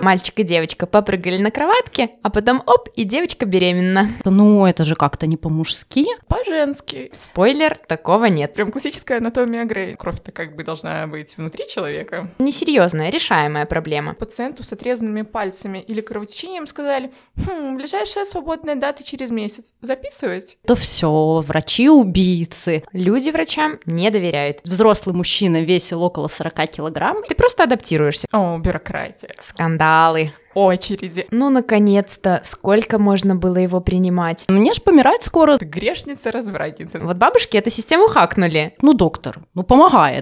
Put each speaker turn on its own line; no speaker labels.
Мальчик и девочка попрыгали на кроватке, а потом оп, и девочка беременна.
Ну, это же как-то не по-мужски.
По-женски.
Спойлер, такого нет.
Прям классическая анатомия Грей. Кровь-то как бы должна быть внутри человека.
Несерьезная, решаемая проблема.
Пациенту с отрезанными пальцами или кровотечением сказали, «Хм, ближайшая свободная дата через месяц. Записывать?
То все, врачи-убийцы.
Люди врачам не доверяют.
Взрослый мужчина весил около 40 килограмм.
Ты просто адаптируешься.
О, бюрократия.
Скандалы.
Очереди.
Ну, наконец-то, сколько можно было его принимать?
Мне ж помирать скоро.
Грешница-развратница.
Вот бабушки эту систему хакнули.
Ну, доктор, ну помогает.